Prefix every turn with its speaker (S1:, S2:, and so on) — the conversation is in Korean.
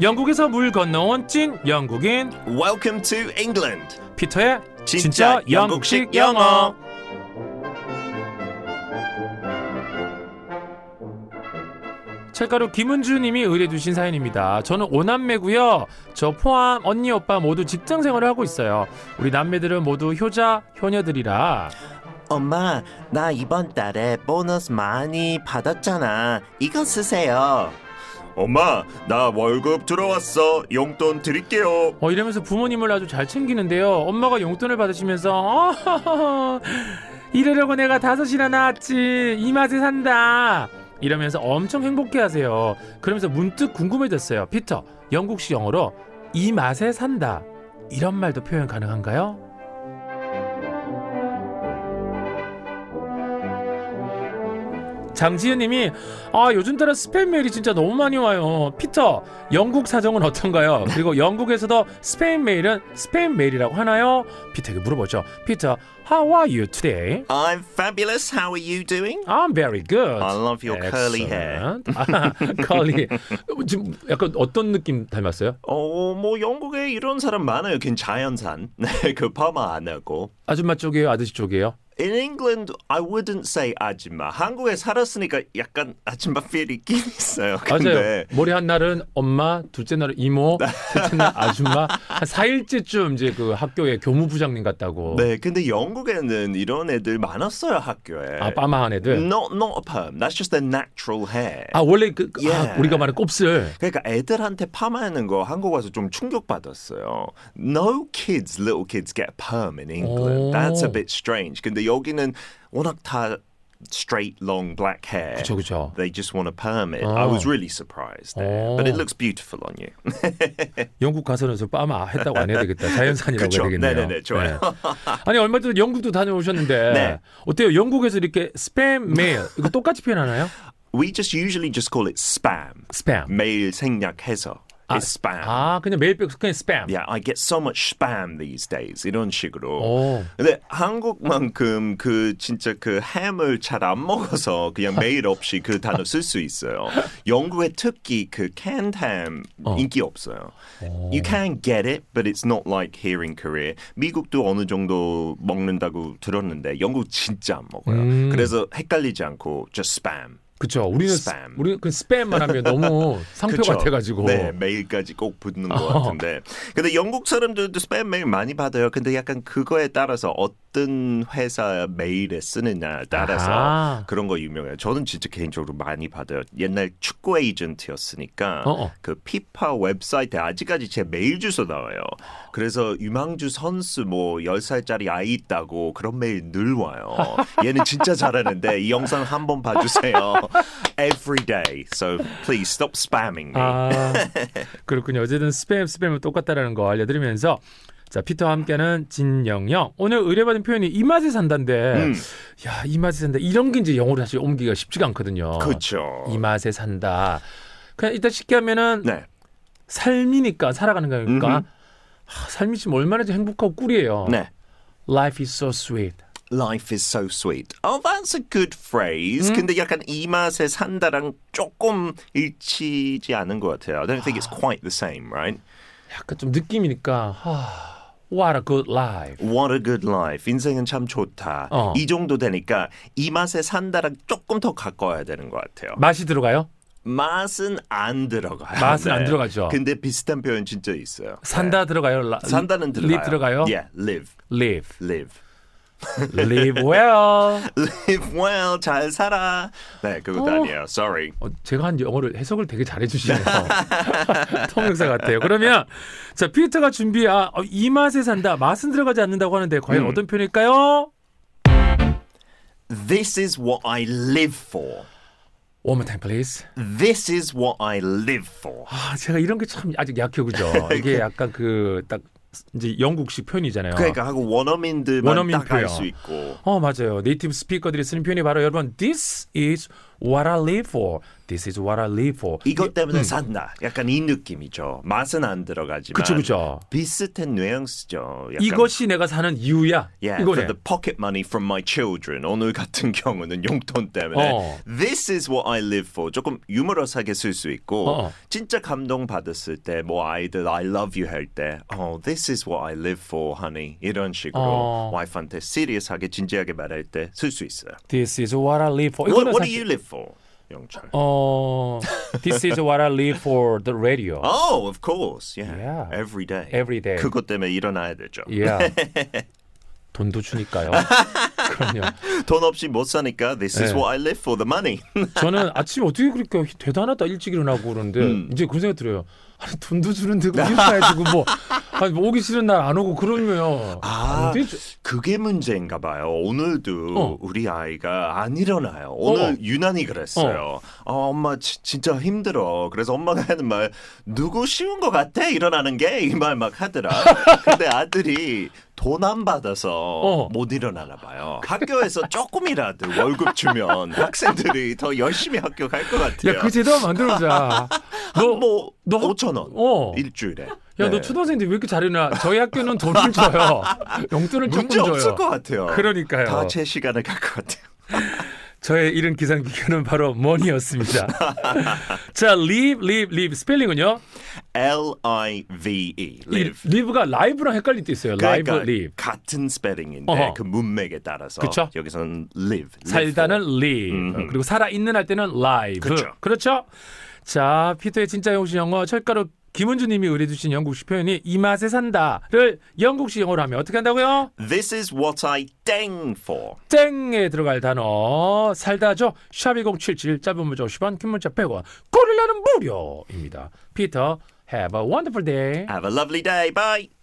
S1: 영국에서 물 건너온 찐 영국인
S2: Welcome to England.
S1: 피터의
S2: 진짜 영국식 영어.
S1: 찰가루 김은주님이 의뢰주신 사연입니다. 저는 오남매고요. 저 포함 언니 오빠 모두 직장 생활을 하고 있어요. 우리 남매들은 모두 효자 효녀들이라
S2: 엄마, 나 이번 달에 보너스 많이 받았잖아. 이거 쓰세요. 엄마, 나 월급 들어왔어. 용돈 드릴게요.
S1: 어, 이러면서 부모님을 아주 잘 챙기는데요. 엄마가 용돈을 받으시면서 어, 이러려고 내가 다섯이나 낳았지 이 맛에 산다 이러면서 엄청 행복해하세요. 그러면서 문득 궁금해졌어요. 피터 영국식 영어로 이 맛에 산다 이런 말도 표현 가능한가요? 장지은님이 아 요즘 따라 스팸 메일이 진짜 너무 많이 와요. 피터 영국 사정은 어떤가요? 그리고 영국에서도 스페인 메일은 스페인 메일이라고 하나요? 피터에게 물어보죠. 피터 How are you today?
S2: I'm fabulous. How are you doing?
S1: I'm very good.
S2: I love your curly hair.
S1: Excellent. 아, curly. 어, 지금 약간 어떤 느낌 닮았어요?
S2: 어, 뭐 영국에 이런 사람 많아요. 걘 자연산. 네, 그 파마 안 하고.
S1: 아줌마 쪽이에요, 아저씨 쪽이에요?
S2: In England, I wouldn't say 아줌마. 한국에 살았으니까 약간 아줌마 필이 있긴 있어요.
S1: 맞아요.
S2: 근데
S1: 머리 한 날은 엄마, 둘째 날은 이모, 셋째 날 아줌마. 한 4일째쯤 이제 그 학교에 교무부장님 같다고.
S2: 네, 근데 영국에는 이런 애들 많았어요 학교에.
S1: 아, 빠마한 애들.
S2: Not not a perm. That's just their natural hair.
S1: 아, 원래 그, 그- 아,
S2: 예.
S1: 우리가 말하는 곱슬.
S2: 그러니까 애들한테 파마하는 거 한국 와서 좀 충격 받았어요. No kids, little kids get perm in England.
S1: 오.
S2: That's a bit strange. 근데 여기는 워낙 다 straight, long, black hair.
S1: 그쵸, 그쵸.
S2: They just want to perm it.
S1: 어.
S2: I was really surprised there.
S1: 어.
S2: But it looks beautiful on you.
S1: 영국 가서는 저 빠마 했다고 안 해야 되겠다. 자연산이라고
S2: 그쵸.
S1: 해야 되겠네요.
S2: 네네네, 좋아요.
S1: 네. 아니 얼마 전에 영국도 다녀오셨는데
S2: 네.
S1: 어때요? 영국에서 이렇게 스팸 메일 이거 똑같이 표현하나요?
S2: We just usually just call it spam.
S1: 스팸.
S2: 매일 생략해서. It's spam.
S1: 아 그냥 메일 빼고 그냥 스팸.
S2: Yeah, I get so much spam these days. 이런 식으로.
S1: 오.
S2: 근데 한국만큼 그 진짜 그 햄을 잘 안 먹어서 그냥 매일 없이 그 단어 쓸 수 있어요. 영국에 특히 그 canned ham 인기 없어요. You can get it, but it's not like here in Korea. 미국도 어느 정도 먹는다고 들었는데 영국 진짜 안 먹어요. 그래서 헷갈리지 않고 just spam.
S1: 그쵸. 우리는
S2: 스팸.
S1: 스팸. 우리는 그 스팸만 하면 너무 상표
S2: 그쵸?
S1: 같아가지고.
S2: 네 메일까지 꼭 붙는 것 같은데 근데 영국 사람들도 스팸 메일 많이 받아요 근데 약간 그거에 따라서 어떤 회사 메일에 쓰느냐에 따라서
S1: 아.
S2: 그런 거 유명해요 저는 진짜 개인적으로 많이 받아요 옛날 축구 에이전트였으니까
S1: 어, 어.
S2: 그 피파 웹사이트에 아직까지 제 메일 주소 나와요 그래서 유망주 선수 뭐 10살짜리 아이 있다고 그런 메일 늘 와요 얘는 진짜 잘하는데 이 영상 한번 봐주세요 every day so please stop spamming me
S1: 아 그렇군요. 어쨌든 스팸 스팸은 똑같다라는 거 알려드리면서 자 피터와 함께하는 진영영 오늘 의뢰받은 표현이 이 맛에 산다인데
S2: 음.
S1: 야 이 맛에 산다 이런 게 이제 영어로 사실 옮기기가 쉽지가 않거든요.
S2: 그렇죠.
S1: 이 맛에 산다. 그냥 일단 쉽게 하면은
S2: 네.
S1: 삶이니까 살아가는 거니까 하, 삶이 지금 얼마나 지금 행복하고 꿀이에요.
S2: 네.
S1: Life is so sweet.
S2: Life is so sweet. Oh, that's a good phrase. 근데 약간 이 맛에 산다랑 조금 일치지 않은 것 같아요. I don't think it's quite the same, right?
S1: 약간 좀 느낌이니까 하, What a good life.
S2: What a good life. 인생은 참 좋다.
S1: 어.
S2: 이 정도 되니까 이 맛에 산다랑 조금 더 가까워야 되는 것 같아요.
S1: 맛이 들어가요?
S2: 맛은 안 들어가요. 네.
S1: 맛은 안 들어가죠.
S2: 근데 비슷한 표현 진짜 있어요.
S1: 산다 들어가요? 라-
S2: 네. 산다는 들어가요. 예.
S1: live 들어가요?
S2: Yeah, live,
S1: Live.
S2: live.
S1: Live well.
S2: Live well, 잘 살아. 네, 그것도
S1: 어.
S2: 아니에요. Sorry.
S1: 어, 제가 한 영어를 해석을 되게 잘해주시네요. 통역사 같아요. 그러면 자 피터가 준비한 어, 이 맛에 산다. 맛은 들어가지 않는다고 하는데
S2: 음.
S1: 과연 어떤 표현일까요?
S2: This is what I live for.
S1: One more time, please.
S2: This is what I live for.
S1: 아, 제가 이런 게 참 아직 약해요, 그죠?
S2: 그러니까.
S1: 이게 약간 그 딱 이제 영국식 표현이잖아요.
S2: 그러니까 하고 원어민들만
S1: 원어민
S2: 딱 알
S1: 표현.
S2: 수 있고.
S1: 어 맞아요. 네이티브 스피커들이 쓰는 표현이 바로 여러분 this is what I live for. This is what I live for.
S2: 이것 때문에 산다. 약간 이 느낌이죠. 맛은 안
S1: 음.
S2: 들어가지만
S1: 그쵸 그쵸.
S2: 비슷한 뉘앙스죠. 약간
S1: 이것이 내가 사는 이유야.
S2: Yeah,
S1: 이거네.
S2: for the pocket money from my children. 오늘 같은 경우는 용돈 때문에
S1: 어.
S2: This is what I live for. 조금 유머러스하게 쓸 수 있고
S1: 어.
S2: 진짜 감동 받았을 때 뭐 아이들 I love you 할 때 oh, This is what I live for, honey. 이런 식으로
S1: 어.
S2: 와이프한테 시리어스하게 진지하게 말할 때 쓸 수 있어요.
S1: This is what I live for.
S2: What,
S1: 이거는
S2: what do
S1: 사실-
S2: you live for, 영철?
S1: 어, this is what I live for the radio.
S2: Oh, of course. Yeah.
S1: Yeah.
S2: Every day.
S1: Every day.
S2: 그것 때문에 일어나야 되죠.
S1: Yeah. 돈도 주니까요. 그럼요.
S2: 돈 없이 못 사니까 this is
S1: 네.
S2: what I live for the money.
S1: 저는 아침에 어떻게 그렇게 대단하다 일찍 일어나고 그러는데
S2: 음.
S1: 이제 그런 생각 들어요. 아니 돈도 주는데 우유 사야지고 뭐 아니 뭐 오기 싫은 날 안 오고 그러면
S2: 아,
S1: 어떻게 저-
S2: 그게 문제인가 봐요. 오늘도
S1: 어.
S2: 우리 아이가 안 일어나요. 오늘
S1: 어.
S2: 유난히 그랬어요. 아, 엄마 지- 진짜 힘들어. 그래서 엄마가 하는 말 누구 쉬운 것 같아 일어나는 게 이 말 막 하더라. 근데 아들이 돈 안 받아서
S1: 어.
S2: 못 일어나나 봐요. 학교에서 조금이라도 월급 주면 학생들이 더 열심히 학교 갈 것 같아요.
S1: 야, 그 제도 한번 만들어보자. 너,
S2: 한뭐
S1: 너 학-
S2: 5천 원
S1: 어.
S2: 일주일에.
S1: 야, 너
S2: 네.
S1: 초등생인데 왜 이렇게 잘해나? 저희 학교는 돈을 줘요. 용돈을 조금
S2: 문제
S1: 줘요.
S2: 없을 것 같아요.
S1: 그러니까요.
S2: 다 제 시간을 갈 것 같아요.
S1: 저의 이른 기상 비교는 바로 머니였습니다. 자, live, live, live. 스펠링은요?
S2: L I V E live.
S1: live가 라이브랑 헷갈릴 때 있어요.
S2: 그러니까
S1: 라이브, live.
S2: 같은 스펠링인데
S1: 어허.
S2: 그 문맥에 따라서
S1: 그쵸?
S2: 여기서는 live. live
S1: 살다는
S2: for.
S1: live. 그리고 살아있는 할 때는 live.
S2: 음. 그렇죠.
S1: 그렇죠? 자, 피터의 진짜 영국식 영어 철가루 김은주 님이 의뢰주신 영국식 표현이 이 맛에 산다를 영국식 영어로 하면 어떻게 한다고요?
S2: This is what I dang for.
S1: 땡에 들어갈 단어 살다죠 샵1077 짧은 문자 50원 긴 문자 100원 고릴라는 무료입니다 피터 have a wonderful day
S2: Have a lovely day. Bye.